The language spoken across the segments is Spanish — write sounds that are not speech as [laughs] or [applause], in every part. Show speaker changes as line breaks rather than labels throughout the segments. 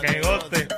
que goste.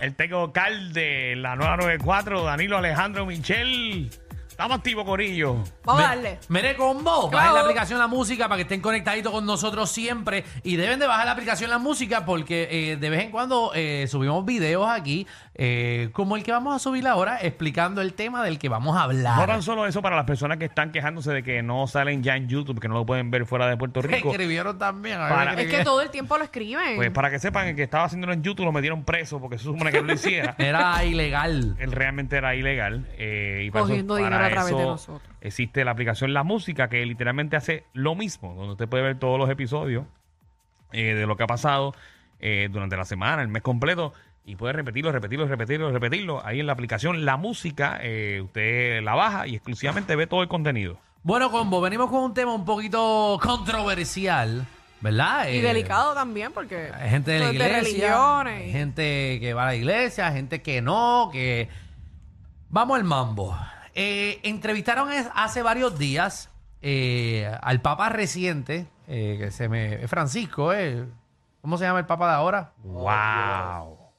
El Teco Calde, la 994, Danilo Alejandro Michel. Estamos activos, Corillo.
Vamos a
Me-
darle.
Mere Combo,
Claro.
bajen la aplicación La Música para que estén conectaditos con nosotros siempre. Y deben de bajar la aplicación La Música porque eh, de vez en cuando eh, subimos videos aquí, eh, como el que vamos a subir ahora, explicando el tema del que vamos a
No
hablar. [laughs]
tan solo eso para las personas que están quejándose de que no salen ya en YouTube, que no lo pueden ver fuera de Puerto Rico.
escribieron también. a ver,
Para-
Es
escribieron.
que todo el tiempo lo escriben.
Pues para que sepan, el que estaba haciéndolo en YouTube lo metieron preso porque se supone que no lo hiciera.
Era ilegal.
Él realmente era ilegal. eh, y para eso-
Cogiendo
para
dinero a través de
eso
nosotros.
Existe la aplicación La Música que literalmente hace lo mismo, donde usted puede ver todos los episodios eh, de lo que ha pasado eh, durante la semana, el mes completo, y puede repetirlo, repetirlo, repetirlo, repetirlo. Ahí en la aplicación La Música eh, usted la baja y exclusivamente ve todo el contenido.
Bueno, Combo, venimos con un tema un poquito controversial, ¿verdad?
y
Eh,
delicado también, porque.
Hay gente de la
todo es
iglesia,
religiones.
hay gente que va a la iglesia, hay gente que no, que... Vamos al mambo. Eh, entrevistaron es- hace varios días eh, al papa reciente, eh, que se me... es Francisco, ¿eh? ¿Cómo se llama el papa de ahora?
¡Wow!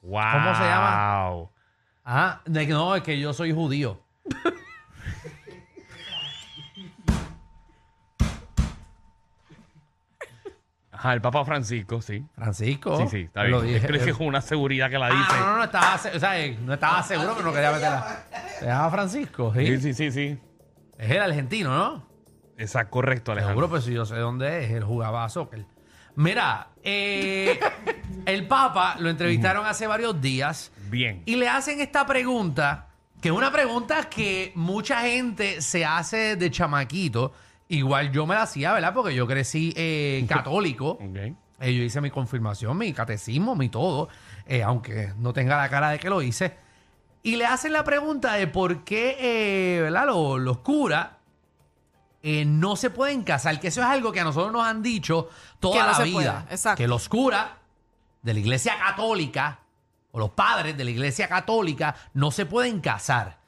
¡Wow!
¿Cómo se llama? Ajá, de que no, es que yo soy judío.
Ajá, el Papa Francisco, sí.
Francisco.
Sí, sí, está
Oh. Lo
bien. Es
dije.
que es una seguridad que la dice.
Ah, no, no, no, estaba, se- o sea, eh, no estaba seguro, pero no quería meterla. Se llama Francisco, ¿sí?
Sí, sí, sí, sí.
Es el argentino, ¿no?
Exacto, correcto, Alejandro.
Seguro, pues si yo sé dónde es, él jugaba a soccer. Mira, eh, el Papa lo entrevistaron hace varios días
Bien.
y le hacen esta pregunta, que es una pregunta que mucha gente se hace de chamaquito. Igual yo me la hacía, ¿verdad? Porque yo crecí eh, católico.
Ok.
Eh, yo hice mi confirmación, mi catecismo, mi todo, eh, aunque no tenga la cara de que lo hice. Y le hacen la pregunta de por qué eh, ¿verdad? Los, los curas eh, no se pueden casar, que eso es algo que a nosotros nos han dicho toda
Que no
la
se
vida.
puede, exacto.
Que los curas de la iglesia católica o los padres de la iglesia católica no se pueden casar.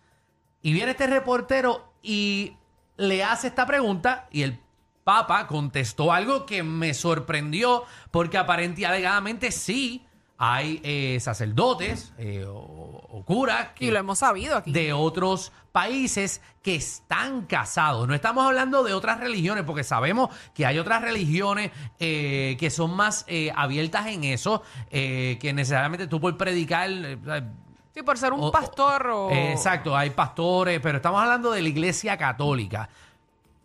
Y viene este reportero y le hace esta pregunta y el Papa contestó algo que me sorprendió porque aparentemente alegadamente sí hay eh, sacerdotes eh, o, o curas
Y lo
que,
hemos sabido aquí.
de otros países que están casados. No estamos hablando de otras religiones porque sabemos que hay otras religiones eh, que son más eh, abiertas en eso, eh, que necesariamente tú por predicar... eh,
sí, por ser un
o-
pastor o.
Exacto, hay pastores, pero estamos hablando de la iglesia católica.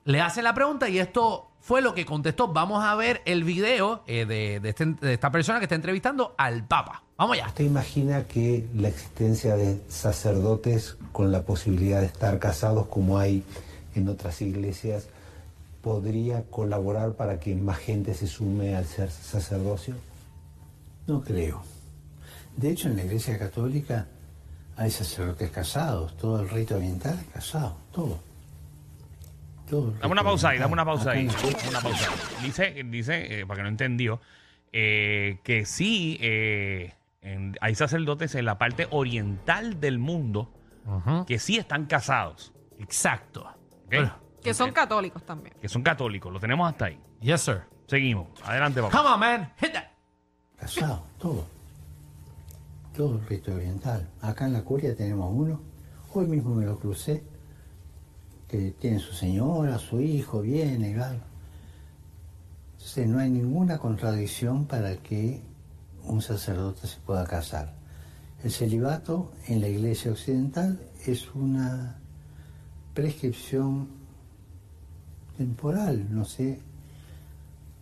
Le hacen la pregunta y esto fue lo que contestó. Vamos a ver el video eh, de, de este- de esta persona que está entrevistando al Papa. Vamos allá.
¿Usted imagina que la existencia de sacerdotes con la posibilidad de estar casados como hay en otras iglesias podría colaborar para que más gente se sume al ser sacerdocio?
No creo. De hecho, en la Iglesia Católica hay sacerdotes casados, todo el rito oriental es casado, todo. Todo el rito
Dame una pausa ahí,
oriental.
dame una pausa
Acá
ahí.
no.
dame una pausa ahí. Dice, dice eh, para que no entendió, eh, que sí eh, en- hay sacerdotes en la parte oriental del mundo que sí están casados,
Exacto.
¿ok?
Que son católicos también.
que son católicos. Lo tenemos hasta ahí.
Yes, sir.
Seguimos. Adelante, papá.
Come on, man. Hit that.
Casado, todo. Todo el rito oriental. Acá en la curia tenemos uno, hoy mismo me lo crucé, que tiene su señora, su hijo, viene, va. Entonces no hay ninguna contradicción para que un sacerdote se pueda casar. El celibato en la iglesia occidental es una prescripción temporal, no sé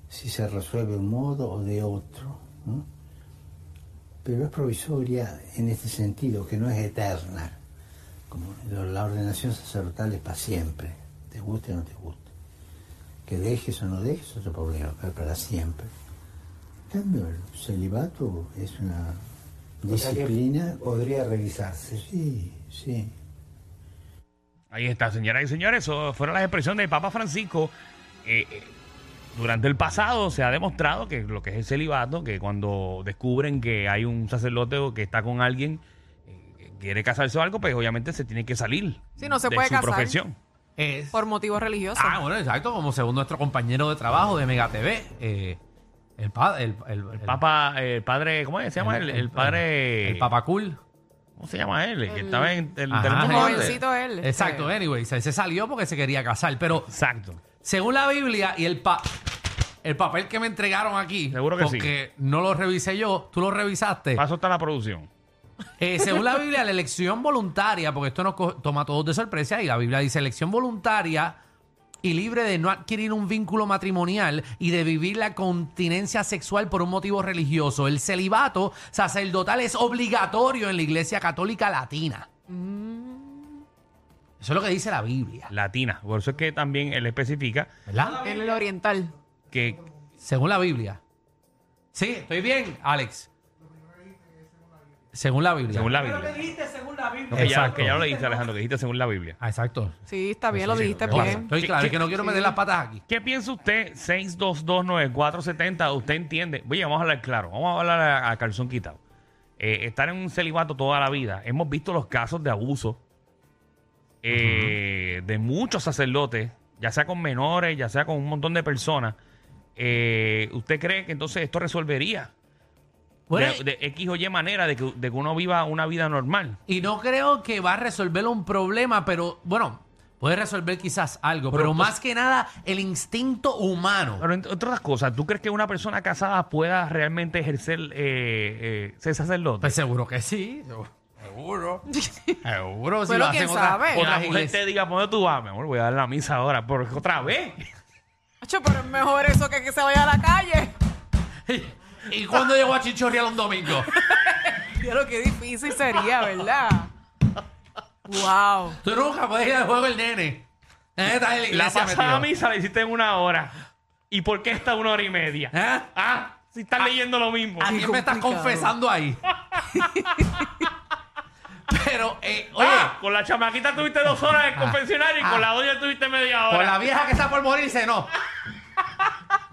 si se resuelve de un modo o de otro, ¿no? pero es provisoria en este sentido, que no es eterna, como lo- la ordenación sacerdotal es para siempre, te guste o no te guste, que dejes o no dejes es otro problema, pero para siempre. En cambio, el celibato es una
O sea que
disciplina,
Podría revisarse.
sí, sí.
Ahí está, señoras y señores. Eso fueron las expresiones del Papa Francisco. Eh, eh, durante el pasado se ha demostrado que lo que es el celibato, que cuando descubren que hay un sacerdote o que está con alguien, eh, que quiere casarse o algo, pues obviamente se tiene que salir
Sí, no se
de
puede
su
casar.
profesión.
Es-
Por motivos religiosos.
Ah, bueno, exacto, como según nuestro compañero de trabajo de Mega TV, eh, El, pa- el, el, el-
Papa, eh, el padre, ¿cómo es? se llama? El, el padre.
el papacul.
¿Cómo se llama él? El que estaba en el
Ajá.
terremoto
Un
grande.
jovencito él. este,
Exacto, anyway, se, se salió porque se quería casar. Pero
Exacto.
según la Biblia y el, pa- el papel que me entregaron aquí,
Seguro que sí.
porque no lo revisé yo, tú lo revisaste.
Paso está la producción.
Eh, según la Biblia, la elección voluntaria, porque esto nos co- toma a todos de sorpresa, y la Biblia dice elección voluntaria y libre de no adquirir un vínculo matrimonial y de vivir la continencia sexual por un motivo religioso. El celibato sacerdotal es obligatorio en la Iglesia Católica Latina.
Mm.
Eso es lo que dice la Biblia,
Latina. Por eso es que también él especifica
¿verdad?
En el oriental.
que
Según la Biblia. Sí, estoy bien, Alex. Según la Biblia.
según la Biblia. No, que, ya,
Exacto.
que ya lo leíste, Alejandro, que dijiste según la Biblia.
Ah, exacto.
Sí, está bien, lo dijiste
claro.
bien.
Estoy claro, es que no quiero
Sí.
meter las patas aquí.
¿Qué piensa usted? 6229470. ¿Usted entiende? Oye, vamos a hablar claro. Vamos a hablar a, a calzón quitado. Eh, estar en un celibato toda la vida. Hemos visto los casos de abuso eh, de muchos sacerdotes, ya sea con menores, ya sea con un montón de personas. Eh, ¿Usted cree que entonces esto resolvería
Bueno,
de, de X o Y manera de que, de que uno viva una vida normal?
Y no creo que va a resolver un problema, pero bueno, puede resolver quizás algo, pero, pues,
Pero,
más que nada el instinto humano.
Pero entre otras cosas, ¿tú crees que una persona casada pueda realmente ejercer eh, eh, ser sacerdote?
Pues seguro que sí. Seguro. [laughs] seguro.
Pero quién sabe.
Otra
las
mujer
iglesias.
te diga, ¿por dónde tú vas? Mi amor, voy a dar la misa ahora. ¿Por qué otra vez?
Acho, pero es mejor eso que que se vaya a la calle. [laughs]
¿Y cuándo llegó a Chichorreal un domingo?
Ya lo que difícil sería, ¿verdad? Wow.
Tú nunca puedes ir al juego el nene. Eh, estás en
[laughs]
la
La
iglesia
pasada
metido.
misa la hiciste en una hora. ¿Y por qué está una hora y media?
¿Eh?
Ah, si estás leyendo lo mismo.
¿A quién me estás
complicado.
confesando [laughs] ahí? pero, eh, oye,
Ah, con la chamaquita tuviste dos horas en el confesionario y
ah.
con la doña tuviste media hora.
con la vieja que está por morirse, no.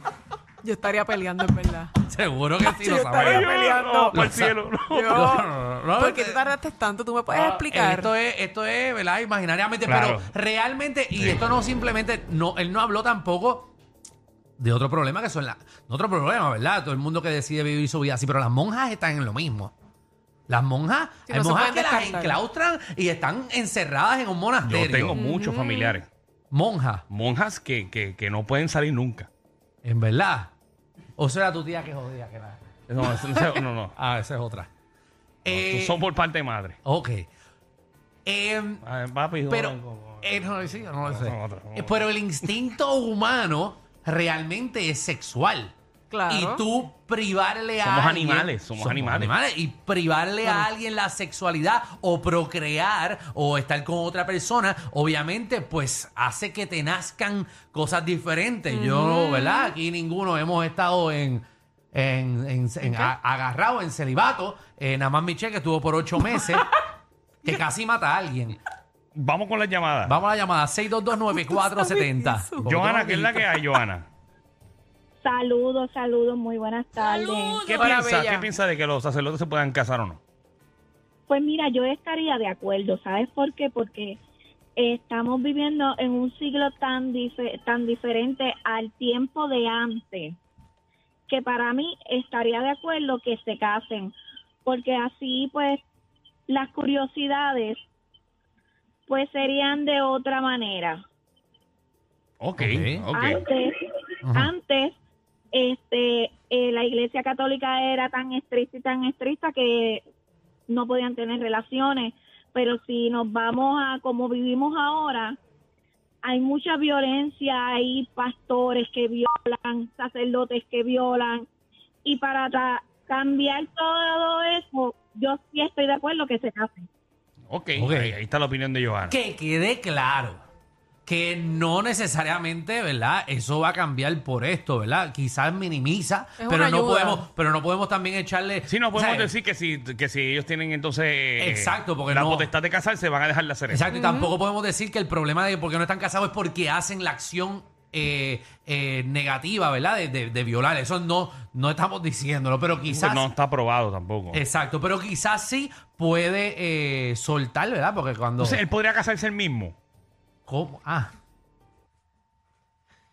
yo
Yo estaría peleando, en verdad.
Seguro que sí,
Yo
lo
estaría
sabemos.
Ay, yo,
peleando.
no, por
Lo
el cielo. no.
[laughs] Yo,
No, no, no, no,
¿Por qué
te-
te tardaste tanto? ¿Tú me puedes
Ah,
explicar?
Esto es, esto es, ¿verdad? Imaginariamente,
Claro.
pero realmente, y esto no simplemente, no, él no habló tampoco de otro problema que son la, de otro problema, ¿verdad? Todo el mundo que decide vivir su vida así, pero las monjas están en lo mismo. Las monjas,
Sí,
hay
no se
monjas
pueden
que las
descartar.
enclaustran y están encerradas en un monasterio.
Yo tengo muchos
Mm.
familiares,
monjas,
monjas que, que, que no pueden salir nunca.
en verdad. O sea, tu tía que jodía que la-
No, eso no, no, no.
Ah, esa es otra. [laughs] Eh,
Son por parte de madre.
Ok. Em,
Ah, papi,
Pero, eh, no, sí, yo no lo sé.
Son otras, son
Eh, Pero el instinto humano realmente es sexual.
Claro.
Y tú privarle a
Somos
alguien-
animales, somos animales.
Y privarle a alguien la sexualidad o procrear o estar con otra persona, obviamente, pues hace que te nazcan cosas diferentes. Yo, ¿verdad? Aquí ninguno hemos estado en. En, en- en- a- agarrado en celibato, eh, nada más Michelle que estuvo por ocho meses, que casi mata a alguien.
Vamos con las llamadas.
Ah. Vamos a la llamada
Ah,
6229470.
Johanna, ¿qué es la que hay, Johanna?
Saludos, saludos, muy buenas tardes.
¿Qué
Hola,
piensa,
bella.
¿Qué piensa de que los sacerdotes se puedan casar o no?
Pues mira, yo estaría de acuerdo, ¿sabes por qué? Porque eh, estamos viviendo en un siglo tan, dife- tan diferente al tiempo de antes, que para mí estaría de acuerdo que se casen, porque así pues las curiosidades pues serían de otra manera.
Ok,
Ok.
ok.
Antes,
Ujú.
antes este, eh, la iglesia católica era tan estricta y tan estricta que no podían tener relaciones, pero si nos vamos a como vivimos ahora, hay mucha violencia, hay pastores que violan, sacerdotes que violan, y para ta- cambiar todo eso, yo sí estoy de acuerdo que se casen.
Ok,
Ok.
Ahí, ahí está la opinión de Johanna.
Que quede claro que no necesariamente, ¿verdad? Eso va a cambiar por esto, ¿verdad? Quizás minimiza,
Es una
pero no
ayuda.
podemos, pero no podemos también echarle
Sí, no podemos
o sea,
decir que si, que si ellos tienen entonces eh,
Exacto, porque
la
no-
potestad de casarse, van a dejar de hacer eso.
Exacto, y tampoco podemos decir que el problema de por qué no están casados es porque hacen la acción eh, eh, negativa, ¿verdad? De, de- de violar. Eso no, no estamos diciéndolo, pero quizás.
Pues No está aprobado tampoco.
Exacto, pero quizás sí puede eh, soltar, ¿verdad? Porque cuando.
Entonces, él podría casarse él mismo.
¿Cómo? Ah.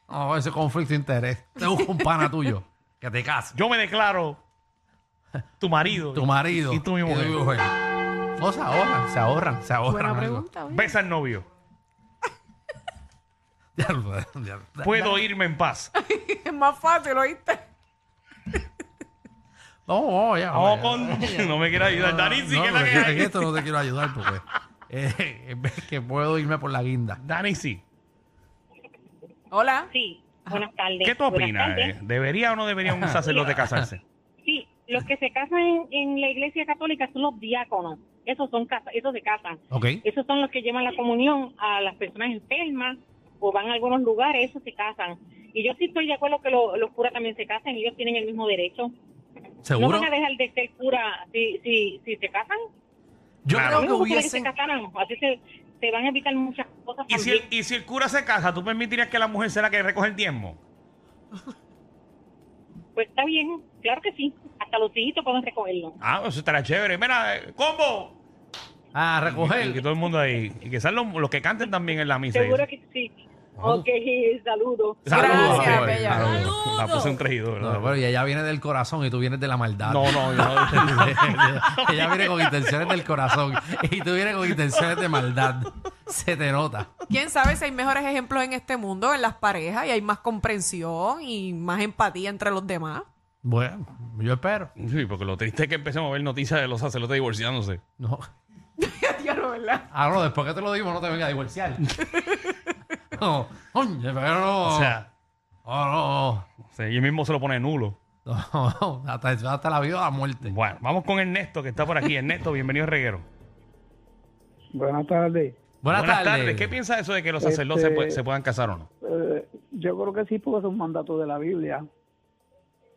Oh, ese conflicto de interés. Te busco un pana tuyo. que te cases.
Yo me declaro tu marido.
Tu marido. Eh,
Y tú eh. mi mujer.
No se ahorran, se ahorran, se ahorran.
Buena
algo.
pregunta. oye.
Besa al novio.
Ya lo- ya lo-
Puedo irme en paz.
Es más fácil, ¿oíste?
No, no, ya.
No,
ya,
con-
ya, ya.
Oh, no me quiero ayudar. Dani, sí
Ah, no,
que es la
pero
que
en
hay.
esto no te quiero ayudar porque eh, es que puedo irme por la guinda.
Dani, sí.
Hola.
Sí, buenas tardes.
¿Qué tú
Buenas
opinas?
tardes.
eh? ¿Debería o no
[laughs]
debería un sacerdote casarse?
Sí, los que se casan en, en la iglesia católica son los diáconos. Esos son casa- esos se casan.
¿Ok?
Esos son los que llevan la comunión a las personas enfermas o van a algunos lugares, esos se casan. Y yo sí estoy de acuerdo que lo- los curas también se casan, ellos tienen el mismo derecho. No
¿Seguro?
van a dejar de ser cura si, si, si se casan.
Yo
Claro.
A
creo
mí
que
me gustaría que se
hubiesen...
casaran, así se, se van a evitar muchas cosas.
¿Y si,
también.
el, y si el cura se casa, ¿tú permitirías que la mujer sea la que recoge el diezmo?
Pues está bien, claro que sí. Hasta los hijitos pueden recogerlo.
Ah, eso estará chévere. Mira, eh, combo.
Ah,
Y que
recoger.
todo el mundo ahí. Y que sean los, los que canten también en la misa.
Seguro que sí. Ok, saludos.
Saludos,
Gracias,
Joel.
bella.
Saludos.
La puse un traidor.
No,
No,
pero y ella viene del corazón y tú vienes de la maldad.
no, no, yo no.
ella viene con intenciones del corazón y tú vienes con intenciones de maldad. Se te nota.
¿Quién sabe si hay mejores ejemplos en este mundo, en las parejas, y hay más comprensión y más empatía entre los demás? [laughs]
Bueno, yo espero.
[laughs] Sí, porque lo triste es que empecemos a ver noticias de los sacerdotes divorciándose.
No.
Diablo, ¿verdad?
Ah, no, después que te lo digo, no te venga a divorciar. no, oye, pero no.
O sea,
Oh, no,
o sea, ellos mismos se lo pone nulo.
no. No, no, hasta, hasta la vida o la muerte.
Bueno, vamos con Ernesto, que está por aquí. Ernesto, bienvenido al reguero.
Buenas tardes.
Buenas, tardes.
¿Qué piensa eso de que los sacerdotes
Este-
pue- se puedan casar o no?
Eh, yo creo que sí, porque es un mandato de la Biblia.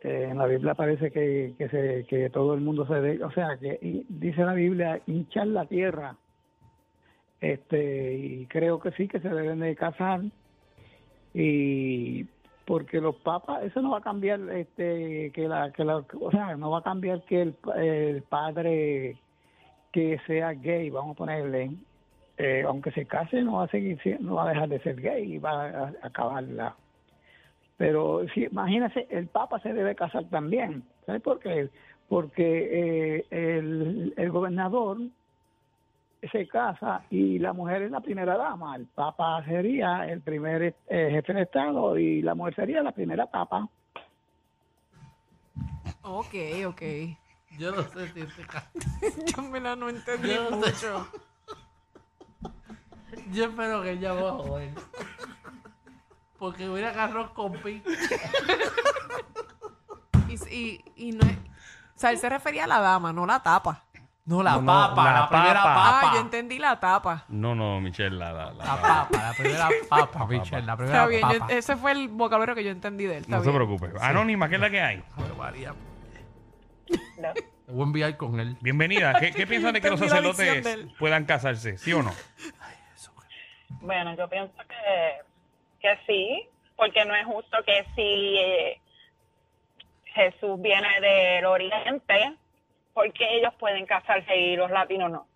Eh, en la Biblia parece que, que, se, que todo el mundo se... De, o sea, que y- dice la Biblia, hinchar la tierra. Este, y creo que sí, que se deben de casar. Y porque los papas, eso no va a cambiar, este, que la, que la, o sea, no va a cambiar que el, pa- el padre que sea gay, vamos a ponerle, eh, aunque se case, no va a seguir, si- no va a dejar de ser gay y va a, a acabarla. Pero si, imagínese, el Papa se debe casar también. ¿Sabes por qué? Porque eh, el, el gobernador se casa y la mujer es la primera dama. El Papa sería el primer eh, jefe de Estado y la mujer sería la primera Papa.
Ok, ok.
Yo no sé si este ca-
Yo me la no entendí
Yo no sé.
mucho.
Yo espero que ella va a joder. Porque voy a ir a agarrar con pi.
Y, y, y no es- O sea, él se refería a la dama, no la tapa.
No, la
No, no,
papa,
la
la, primera
papa.
papa.
Ah, yo entendí la tapa.
No, no, Michelle, la, la, la-
La papa, la
[laughs]
primera papa, Michelle, la primera
Está bien, este- yo-
papa.
ese fue el vocabulario que yo entendí de él. está
No se
bien.
preocupe. Anónima, ¿qué es la que hay?
Ave María. Te voy a enviar con él.
Bienvenida. ¿Qué, qué piensan de que los
Entendí la adicción
sacerdotes
de él.
puedan casarse? ¿Sí o no?
Bueno, yo pienso que, que sí, porque no es justo que si eh, Jesús viene del Oriente, porque ellos pueden casarse y los latinos no.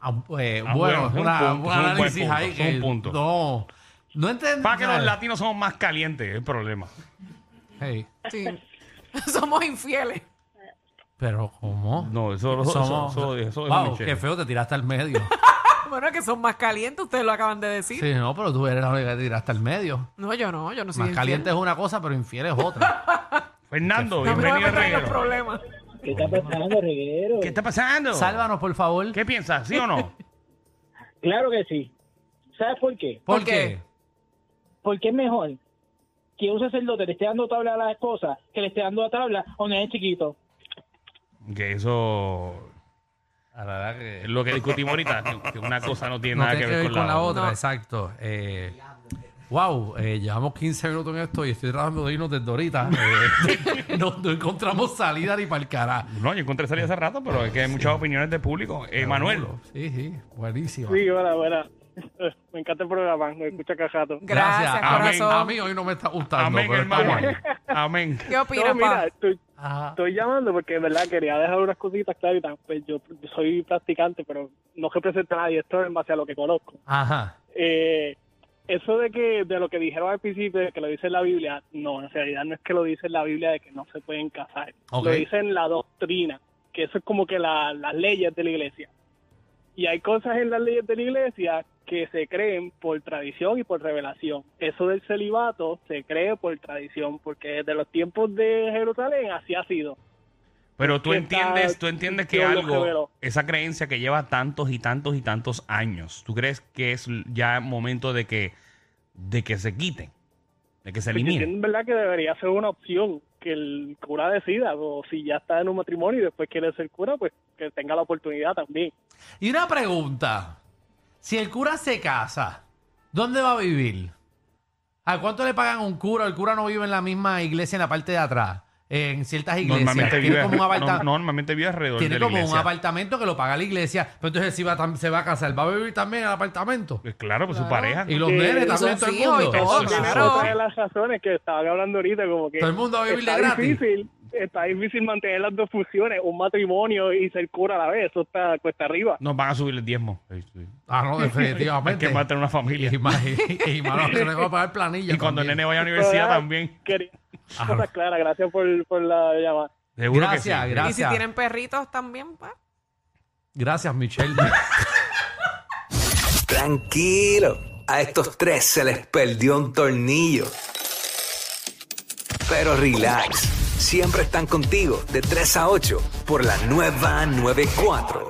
Ah, eh,
Ah, bueno,
bueno,
es un
una,
punto, es
un
un buen
análisis
punto,
ahí
es
que
un punto.
No, no entendí.
Para que los latinos somos más calientes, es el problema.
Hey,
Sí. [laughs] Somos infieles.
pero ¿cómo?
No, eso, eso, eso,
Somos-
eso- eso dijo
wow,
Michelle.
qué feo, te tiraste
[laughs]
al medio.
Bueno, que son más calientes, ustedes lo acaban de decir.
sí, no, pero tú eres la única que te tiraste al medio.
No, yo no, yo no soy
Más caliente es una cosa, pero infiel
[laughs]
es otra.
Fernando,
No me voy
bienvenido
a
al
meter en los
reguero.
problemas.
¿Qué está pasando, reguero?
¿Qué está pasando?
Sálvanos, por favor.
¿Qué piensas? ¿Sí o
[laughs]
no?
Claro que sí. ¿Sabes por qué?
¿Por
¿Por
qué?
qué?
Porque es mejor que un sacerdote le esté dando tabla a las cosas que le esté dando a tabla a un nene chiquito.
Que eso es lo que discutimos ahorita. Que una cosa no tiene
No
nada
tiene que ver con, la otra,
No.
exacto. Eh, wow, eh, llevamos 15 minutos en esto y estoy tratando de irnos desde
[laughs]
ahorita. Eh, no, no encontramos salida ni para el carajo.
No, yo encontré salida hace rato, pero es que hay muchas opiniones del público. Eh, Manuel,
Sí, sí, buenísimo.
Sí, hola, hola. [laughs] Me encanta el programa, me escucha cajato.
Gracias,
Amén.
corazón.
A mí hoy no me está gustando.
amén,
pero está
hermano.
bien.
Amén.
¿Qué
No,
opinas,
mira,
pa?
estoy,
Ajá.
estoy llamando porque en verdad quería dejar unas cositas claritas. Pues yo soy practicante, pero no represento a nadie, esto es en base a lo que conozco.
Ajá.
Eh, eso de que de lo que dijeron al principio, de que lo dice la Biblia, no, en realidad no es que lo dice la Biblia de que no se pueden casar.
Ok.
Lo dice en la doctrina, que eso es como que la- las leyes de la iglesia. Y hay cosas en las leyes de la iglesia que se creen por tradición y por revelación. Eso del celibato se cree por tradición, porque desde los tiempos de Jerusalén así ha sido.
Pero tú
que está-
entiendes, tú entiendes que
Dios lo
algo,
reveló.
esa creencia que lleva tantos y tantos y tantos años, ¿tú crees que es ya momento de que, de que se quiten? De que se
Porque
eliminen.
entiendo, en verdad que debería ser una opción que el cura decida, o si ya está en un matrimonio y después quiere ser cura, pues que tenga la oportunidad también.
Y una pregunta. Si el cura se casa, ¿dónde va a vivir? ¿A cuánto le pagan a un cura? El cura no vive en la misma iglesia en la parte de atrás. En ciertas iglesias.
Normalmente
Tiene
vive,
como un
no-
aparta-
normalmente vive alrededor
tiene
de la
como un
iglesia.
apartamento que lo paga la iglesia. Pero entonces si va tam- se va a casar, ¿va a vivir también en el apartamento?
Pues claro, pues su
Claro.
pareja.
Y los
Sí,
nenes
y
también,
sus
todo el
hijos y
mundo.
todo,
Eso es
claro.
otra de las razones que estaban hablando ahorita, como que
Todo el mundo va a vivir de
está
gratis.
difícil, está difícil mantener las dos funciones, un matrimonio y ser cura a la vez, eso está cuesta arriba.
Nos van a subir el diezmo. Sí, sí.
Ah, no,
[laughs] Es
definitivamente.
que va a tener una familia.
Y, más- y, y mano, que no le va a pagar planilla.
Y cuando el
también.
nene vaya a la universidad
Ah,
también.
Quería-
Ah.
Cosas claras, gracias por, por la llamada.
Seguro
Gracias,
que sí.
gracias.
Y si tienen perritos también, pues.
Gracias, Michelle.
Tranquilo, a estos tres se les perdió un tornillo. Pero relax, siempre están contigo de 3 a 8 por la nueva 94.